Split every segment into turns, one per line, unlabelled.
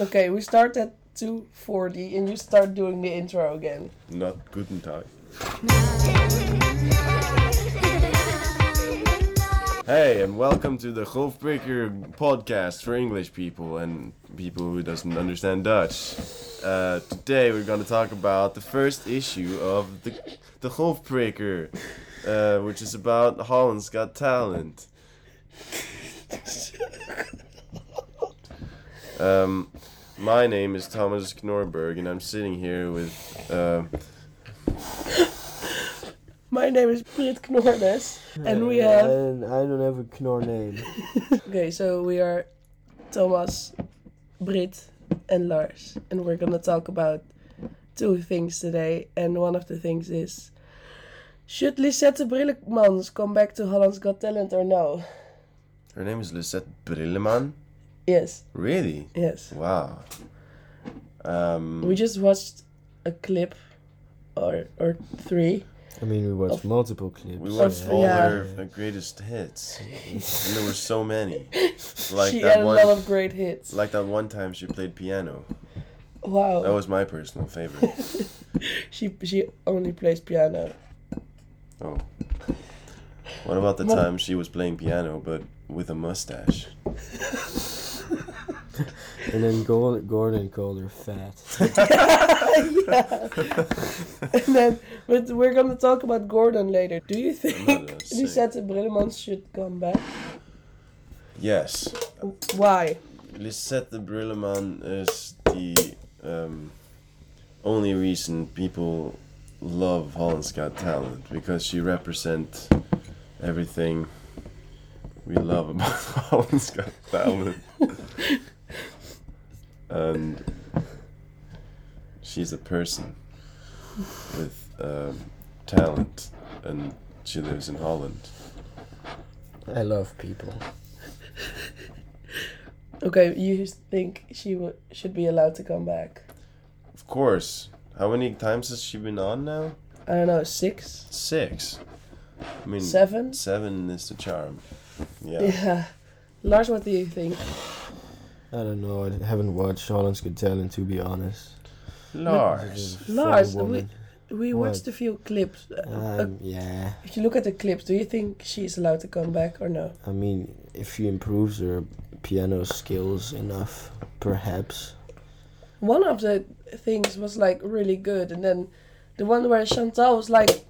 Okay, we start at 2.40 and you start doing the intro again.
Not guten Tag. Hey, and welcome to the Golfbreaker podcast for English people and people who doesn't understand Dutch. Uh, today we're going to talk about the first issue of the the Golfbreaker, uh, which is about Holland's Got Talent. Um, my name is Thomas Knorberg, and I'm sitting here with. Uh,
My name is Brit Knordes and we have...
And I don't have a Knorr name.
Okay, so we are Thomas, Brit and Lars. And we're gonna talk about two things today. And one of the things is... Should Lisette Brillemans come back to Holland's Got Talent or no?
her name is Lisette Brilleman.
Yes,
Really?
yes.
Wow. Um,
We just watched a clip or, or three.
I mean, we watched multiple clips.
we watched
Of-
all
yeah.
her, her greatest hits, and there were so many. Like
she had
that
a
one,
lot of great hits.
like that one time she played piano.
wow.
That was my personal favorite.
She she only plays piano.
Oh. What about the
What-
time she was playing piano but with a mustache?
And then Gol- Gordon called her fat.
yeah. and then, but we're gonna talk about Gordon later. Do you think
Another sick.
Lisette Brillemans should come back?
Yes,
Why?
Lisette de Brilleman is the um, only reason people love Holland's Got Talent because she represents everything we love about Holland's Got Talent. and she's a person with um, talent and she lives in Holland.
I love people.
Okay, you think she w- should be allowed to come back?
Of course, how many times has she been on now?
I don't know, six,
Six. I mean,
seven.
seven is the charm. Hmm. Yeah.
Yeah. Lars, what do you think?
I don't know. I haven't watched Holland's Good Talent to be honest.
Lars.
Lars,
Funny woman.
We
What?
watched a few clips. Uh, uh,
Um, yeah.
if you look at the clips, do you think she's allowed to come back or no?
I mean, if she improves her piano skills enough, perhaps.
one of the things was like really good and then the one where chantal was like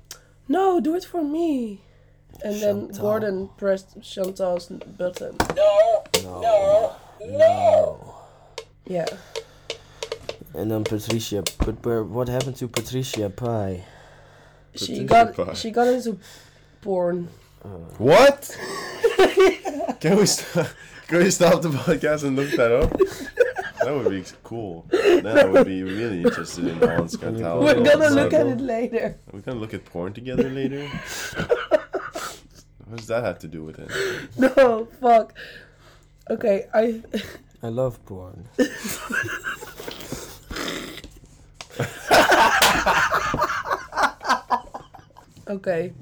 no do it for me and then
Chantal.
gordon pressed chantal's button
No. No. no.
yeah
And then Patricia. But where, what happened to Patricia Pie?
she
Patricia
got
Pie.
she got into porn
What? can we stop? Can we stop the podcast and look that up? that would be cool. Then I would be really interested in Holland's Got Talent.
we're gonna
Also,
look at it later
We're gonna look at porn together later. what does that have to do with it?
no fuck okay i
I love porn.
okay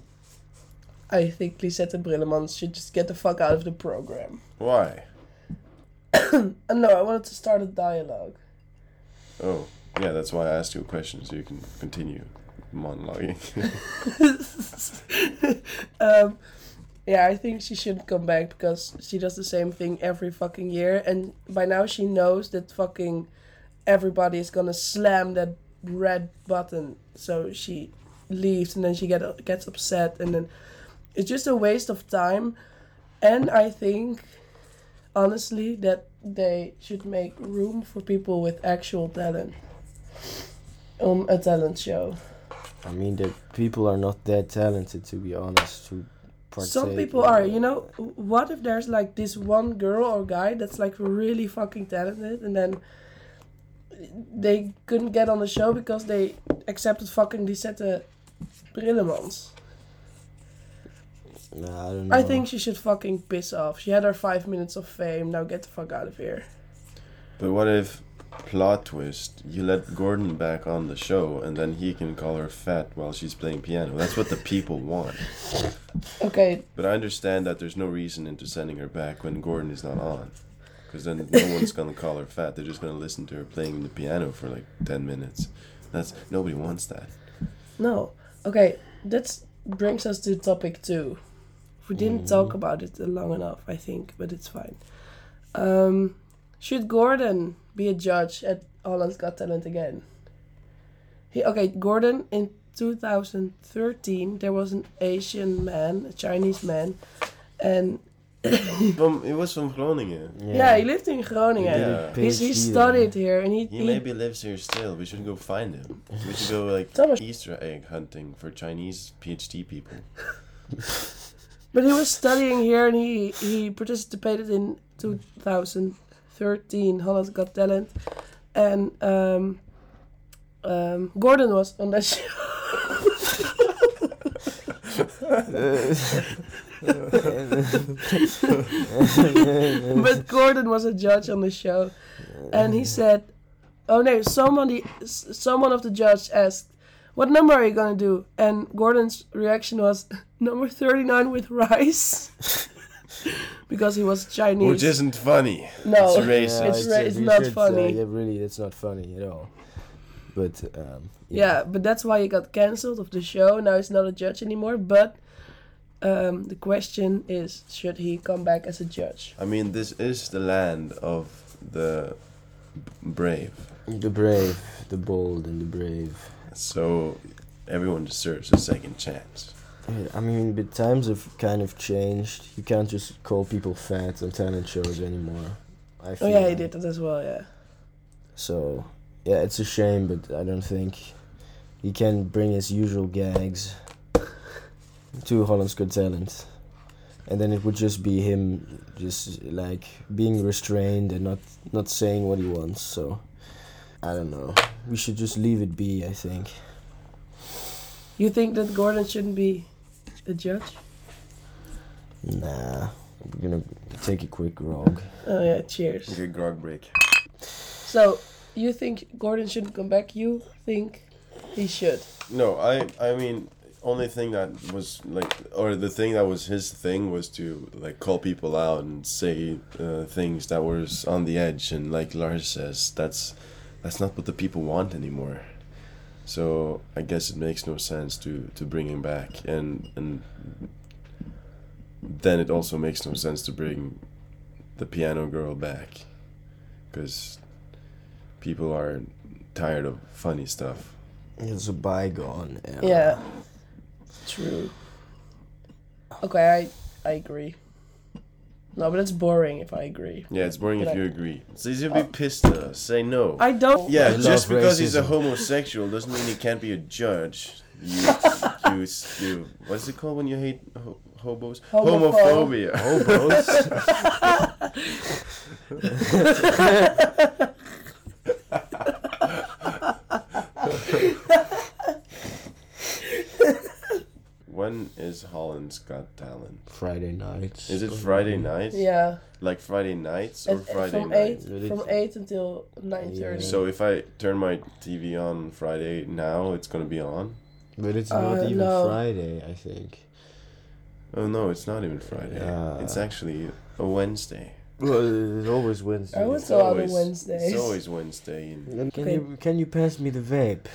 i think lisette brillemans should just get the fuck out of the program
Why?
and no i wanted to start a dialogue
Oh, yeah. That's why I asked you a question so you can continue monologuing.
um, yeah, I think she should come back because she does the same thing every fucking year, and by now she knows that fucking everybody is gonna slam that red button. So she leaves, and then she get gets upset, and then it's just a waste of time. And I think, honestly, that they should make room for people with actual talent on a talent show.
I mean, the people are not that talented, to be honest. To partake
Some people
in
are,
the-
you know. What if there's like this one girl or guy that's like really fucking talented, and then they couldn't get on the show because they accepted fucking Lisette Brillemans.
Nah, I don't know.
I think she should fucking piss off. She had her five minutes of fame. Now get the fuck out of here.
But what if, plot twist, you let Gordon back on the show and then he can call her fat while she's playing piano? That's what the people want.
Okay,
But I understand that there's no reason into sending her back when Gordon is not on. because then no one's gonna call her fat. They're just gonna listen to her playing the piano for like ten minutes. That's nobody wants that.
No. Okay, that brings us to topic two. We
Mm.
didn't talk about it long enough, I think, but it's fine. Um, should Gordon be a judge at Holland's Got Talent again? He okay, Gordon in 2013 there was an Asian man, a Chinese man, and
From it was from Groningen.
yeah, he lived in Groningen.
Yeah.
He's, he
PhD
studied here, and he,
He
he-
maybe lives here still. We should go find him. We should go like
Thomas-
Easter egg hunting for Chinese PhD people.
But he was studying here, and he he participated in 2013 Holland's Got Talent, and um, um, Gordon was on that show. but Gordon was a judge on the show, and he said, "Oh no!" Somebody, s- someone of the judge asked, "What number are you gonna do?" And Gordon's reaction was, "Number thirty-nine with rice," because he was Chinese.
Which isn't funny.
no,
it's racist.
it's, ra-
uh,
it's not
research, uh,
funny.
yeah, really, it's not funny at all. But um,
Yeah, but that's why he got cancelled of the show. Now he's not a judge anymore. But um, the question is, should he come back as a judge?
I mean, this is the land of the b- brave.
the brave, the bold, and the brave.
So everyone deserves a second chance.
Yeah, I mean, but times have kind of changed. You can't just call people fat on talent shows anymore. I
Oh
feel
yeah, he
like.
did that as well. Yeah.
So, yeah, it's a shame, but I don't think he can bring his usual gags to Holland's Got Talent. And then it would just be him, just like being restrained and not not saying what he wants. So, I don't know. We should just leave it be. I think.
You think that Gordon shouldn't be a judge?
Nah, we're gonna take a quick grog.
Oh yeah, cheers.
Good grog break.
So you think Gordon shouldn't come back? You think he should?
No, I I mean only thing that was like or the thing that was his thing was to like call people out and say uh, things that was on the edge and like Lars says that's that's not what the people want anymore. So I guess it makes no sense to to bring him back and and then it also makes no sense to bring the piano girl back cuz people are tired of funny stuff.
It's a bygone era.
Yeah. True. Okay, I I agree. No, but it's boring if I agree.
Yeah, it's boring
But
if
I-
you agree. So you should be pissed at us. Say no.
uh, I don't.
yeah,
love
just because he's a
racism.
homosexual doesn't mean he can't be a judge. You, you, you what's it called when you hate ho- hobos?
Homophobe.
Homophobia.
Hobos.
When is Holland's Got Talent?
Friday nights.
Is it Friday nights?
Yeah.
Like Friday nights or
At- at-
Friday
from
night?
eight from eight until nine thirty.
So if I turn my TV on Friday now, it's gonna be on.
But it's
Uh,
not even
no.
Friday. I think.
Oh no, it's not even Friday.
Yeah.
It's actually a Wednesday.
Well, it's always Wednesday.
I was
It's
So on
always
Wednesdays.
It's always Wednesday. in-
Can
Okay.
you can you pass me the vape?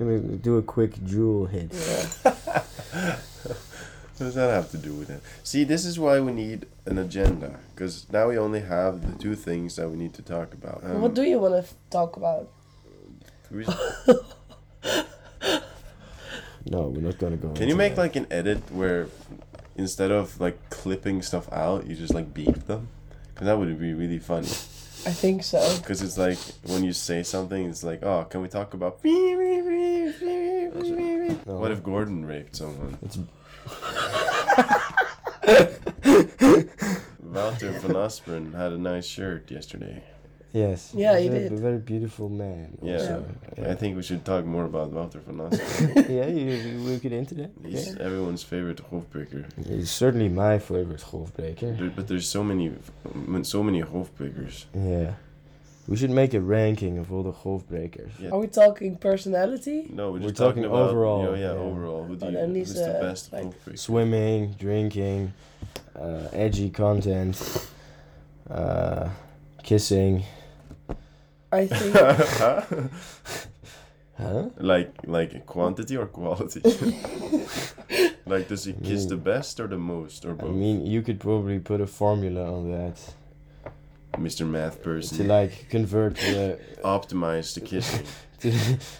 I'm gonna do a quick jewel hit.
What does that have to do with it? See, this is why we need an agenda, because now we only have the two things that we need to talk about. Um,
what do you want to talk about?
we-
No, we're not gonna go.
can you make like an edit where instead of like clipping stuff out, you just like beep them? Because that would be really funny.
I think so.
Because it's like when you say something, it's like, oh, can we talk about? What if Gordon raped someone?
It's-
Wouter van Asperen had a nice shirt yesterday.
Yes.
Yeah,
he's
you
a,
did.
A very beautiful man.
Yeah.
also.
I think we should talk more about Wouter van Asperen.
yeah. You, you we get into that.
He's everyone's favorite hoofbreaker.
He's certainly my favorite golfbreaker.
There, but there's so many, so many hoofbreakers.
Yeah. We should make a ranking of all the golfbrekers.
Yeah.
Are we talking personality?
No, we're,
We're
just
talking
about,
overall,
Yeah, yeah,
yeah.
overall. Who do
Oh,
you,
then
who's
these,
the
uh,
best
like-
golf freak?
Swimming, drinking, uh, edgy content, uh, kissing.
I think
Huh?
like, like quantity or quality? like, does he kiss the best or the most or
I
both?
mean, you could probably put a formula on that
Mr. Math
to
person,
like convert the,
optimize the kissing.
to,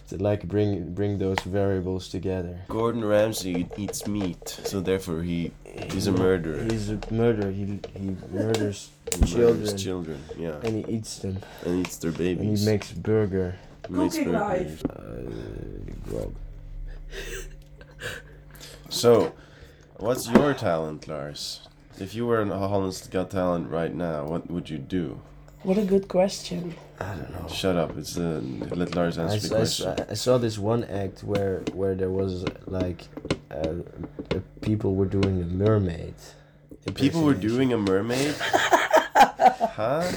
to like bring bring those variables together.
Gordon Ramsay eats meat, so therefore he is a murderer.
He's a murderer. He he murders
He murders
children
children, yeah,
and he eats them
and eats their
and
babies.
he makes burger.
He makes
Cooking
burgers.
life.
Uh, grog.
So, what's your talent, Lars? If you were in Holland's Got Talent right now, what would you do?
what a good question.
I don't know.
Shut up! It's uh, let Lars
I,
answer
s-
the
I s-
question.
I saw this one act where where there was like uh, the people were doing a mermaid.
People were
impersonation.
doing a mermaid. huh?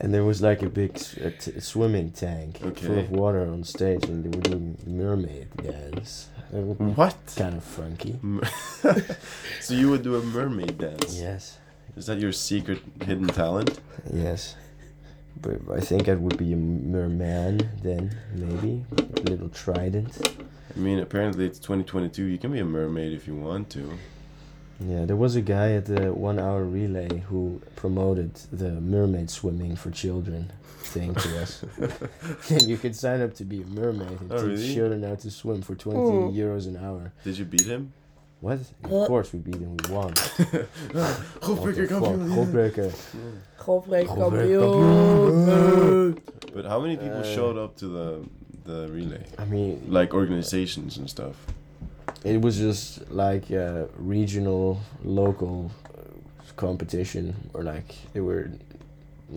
and there was like a big s- a t- a swimming tank full
Okay.
of water on stage, and they were doing the mermaid dance. That would be
What?
kind of funky.
so you would do a mermaid dance?
Yes,
Is that your secret hidden talent?
yes. But I think I would be a merman then, maybe a little trident.
I mean, apparently it's 2022. You can be a mermaid if you want to.
Yeah, there was a guy at the one-hour relay who promoted the mermaid swimming for children thing to us. and you could sign up to be a mermaid and
Oh,
teach
really?
children how to swim for 20
Oh.
euros an hour.
Did you beat him?
What?
Uh.
Of course we beat him. We won. What the
Goldbreaker,
fuck? Goldbreaker.
Golfbreak kampioen.
Goldbreaker.
But how many people
Uh,
showed up to the the relay?
I mean,
Like organizations and stuff.
it was just like a regional, local uh, competition, or like they were,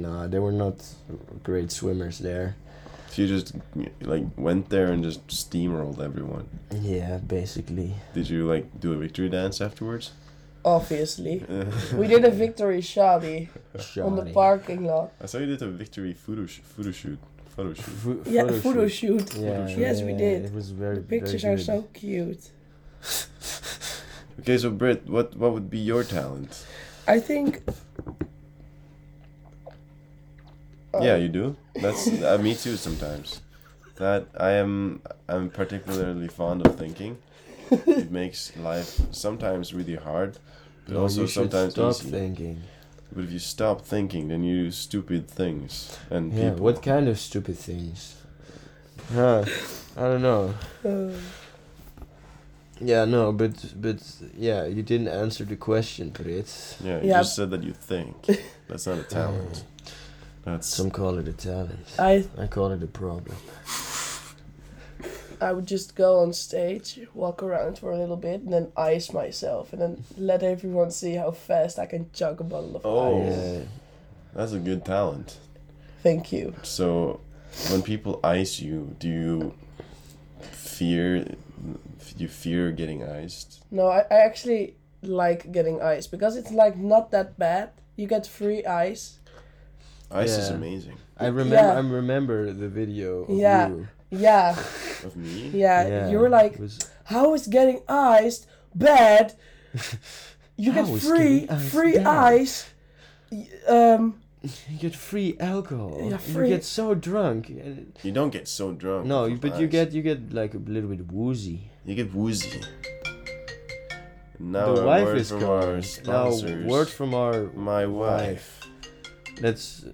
nah, they were not great swimmers there.
So you just like went there and just steamrolled everyone.
Yeah, basically.
Did you like do a victory dance afterwards?
Obviously.
Uh,
We did a victory shoddy on the
Shoddy.
parking lot.
I saw you did a victory photo sh- photo shoot. Photo shoot.
Pho-
Yeah, photo shoot.
Yeah,
shoot.
Yes, we did.
It was very.
The pictures
very
are
good.
so cute.
Okay, so Britt, what what would be your talent?
I think.
yeah, you do. That's uh, me too sometimes. That I am I'm particularly fond of thinking. It makes life sometimes really hard, but
No,
also
you should
sometimes
stop
easy.
thinking.
But if you stop thinking, then you do stupid things and
Yeah,
people.
what kind of stupid things? Huh? I don't know.
Uh,
Yeah, no, but but yeah, you didn't answer the question, Brit.
Yeah, you
Yeah.
just said that you think. That's not a talent. That's
Some call it a talent.
I
I call it a problem.
I would just go on stage, walk around for a little bit, and then ice myself, and then let everyone see how fast I can chug a bottle of
Oh.
ice.
Yeah.
that's a good talent.
Thank you.
So, when people ice you, do you fear? Do you fear getting iced?
No, I, I actually like getting ice because it's like not that bad. You get free ice.
Ice is
Yeah.
amazing.
I remember.
Yeah.
I remember the video. Of
Yeah.
You.
Yeah,
Of me?
yeah. You were like,
it was-
how is getting iced bad? You
How
get
is
free
getting iced
free
bad?
ice. Y- Um,
you get free alcohol.
Yeah,
and
free-
You get so drunk. And,
You don't get so drunk.
no,
off
you-
of
but you
ice.
get you get like a little bit woozy.
you get woozy. Now
the
a
wife
word
is
from
coming.
our sponsors.
Now, word from our
my wife.
Let's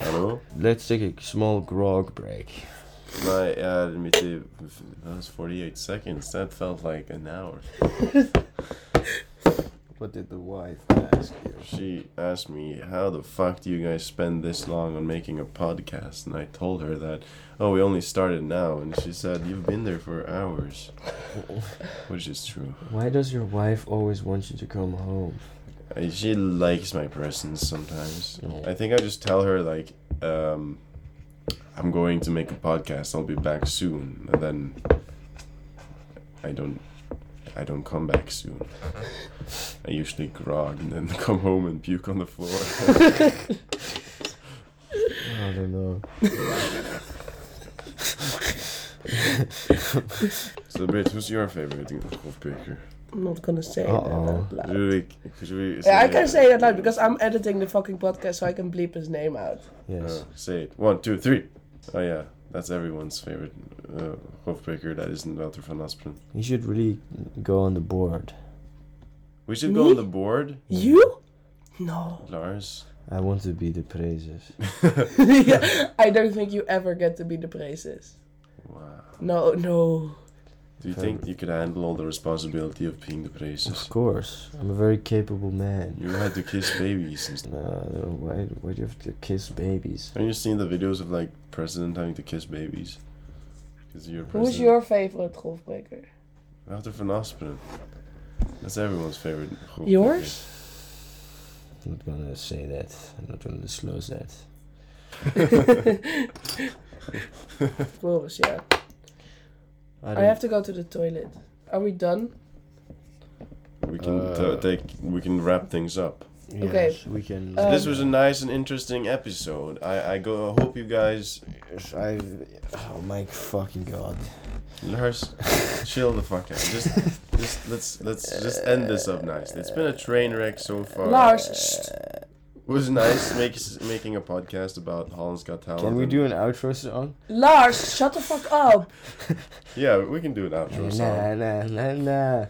Hello.
let's take a small grog break.
My uh, let me see. That was forty-eight seconds. That felt like an hour.
What did the wife ask you?
She asked me, How the fuck do you guys spend this long on making a podcast? And I told her that, Oh, we only started now. And she said, You've been there for hours. Which is true.
Why does your wife always want you to come home?
I, she likes my presence sometimes.
Oh.
I think I just tell her, like, um, I'm going to make a podcast. I'll be back soon. And then I don't. I don't come back soon. I usually grog and then come home and puke on the floor.
I don't know.
So, Bert, who's your favorite golfpicker?
I'm not gonna say
Uh-oh.
that out loud.
Should we, should we
Yeah, I
it?
can say that loud because I'm editing the fucking podcast, so I can bleep his name out.
Yes.
Uh, say it. One, two, three. Oh, yeah. That's everyone's favorite uh, golfpicker. That isn't Wouter van Asperen.
You should really go on the board.
We should go
Me?
on the board,
You? No.
Lars.
I want to be the praises.
I don't think you ever get to be the praises.
Wow.
No, no.
Do you think you could handle all the responsibility of being the
Of
praises?
course. I'm a very capable man.
You had to kiss babies and stuff.
No, I don't know why, why do you have to kiss babies?
Have you seen the videos of like president having to kiss babies? 'Cause you're
Who's
president.
your favorite golfbreaker?
Wouter van Asperen. That's everyone's favorite. golfpicker.
Yours?
I'm not gonna say that. I'm not gonna disclose that.
Floris, yeah.
I
I have to go to the toilet. Are we done?
We can
Uh,
ta- take. We can wrap things up.
Okay.
Yes, We can.
Uh,
this was a nice and interesting episode. I I go. I hope you guys.
I. Oh my fucking god.
Lars, chill the fuck out. Just, just let's let's just end this up nicely. It's been a train wreck so far.
Lars, st-
It was nice make, making a podcast about Holland's Got Talent.
Can we
and-
do an outro song?
Lars, shut the fuck up.
Yeah, we can do an outro song.
Na na na na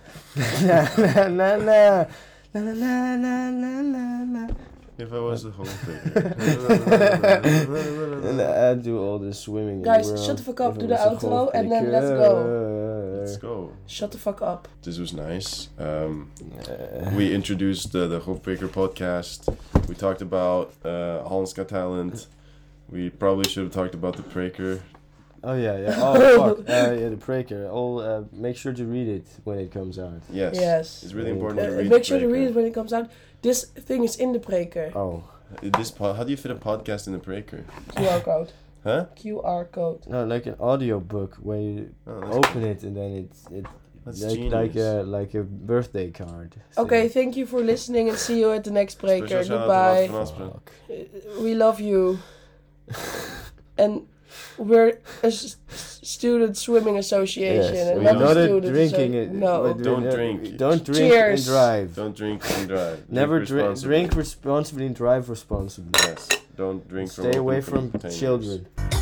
na na na na na na na na na na.
If I was the whole figure.
And I do all the swimming. in the
Guys,
world
shut the fuck up,
if
do
I
the
was a
outro, and then
goalkeeper.
let's go.
Let's go.
Shut the fuck up.
This was nice. Um,
Uh,
we introduced the, the Hofbaker podcast. We talked about uh, Holland's Got Talent. We probably should have talked about the Praker.
oh yeah, yeah. Oh fuck. Uh, yeah, the breaker. I'll uh, make sure to read it when it comes out.
Yes.
Yes.
It's really important to
Uh,
read
make sure to
Breaker. Uh,
read it when it comes out. This thing is in the breaker.
Oh
This po- how do you fit a podcast in the Praker?
QR code.
Huh?
QR code.
no, like an audio book where you
Oh, that's,
open it and then it's it
that's
like,
genius.
like uh, a like a birthday card. thing.
Okay, thank you for listening and see you at the next breaker.
Special shout
Goodbye.
out to Lars van Asperen.
Fuck.
Uh, We love you. and we're a s- student swimming association.
Yes,
and
we
not
not a
not
student
drinking
associ-
it.
No.
but
Don't
we-
drink.
Don't drink
Cheers.
and drive.
Don't drink and drive. Drink
Never drink.
responsibly.
Drink responsibly and drive responsibly.
Yes. Don't drink from
Stay
open
away from
containers.
children.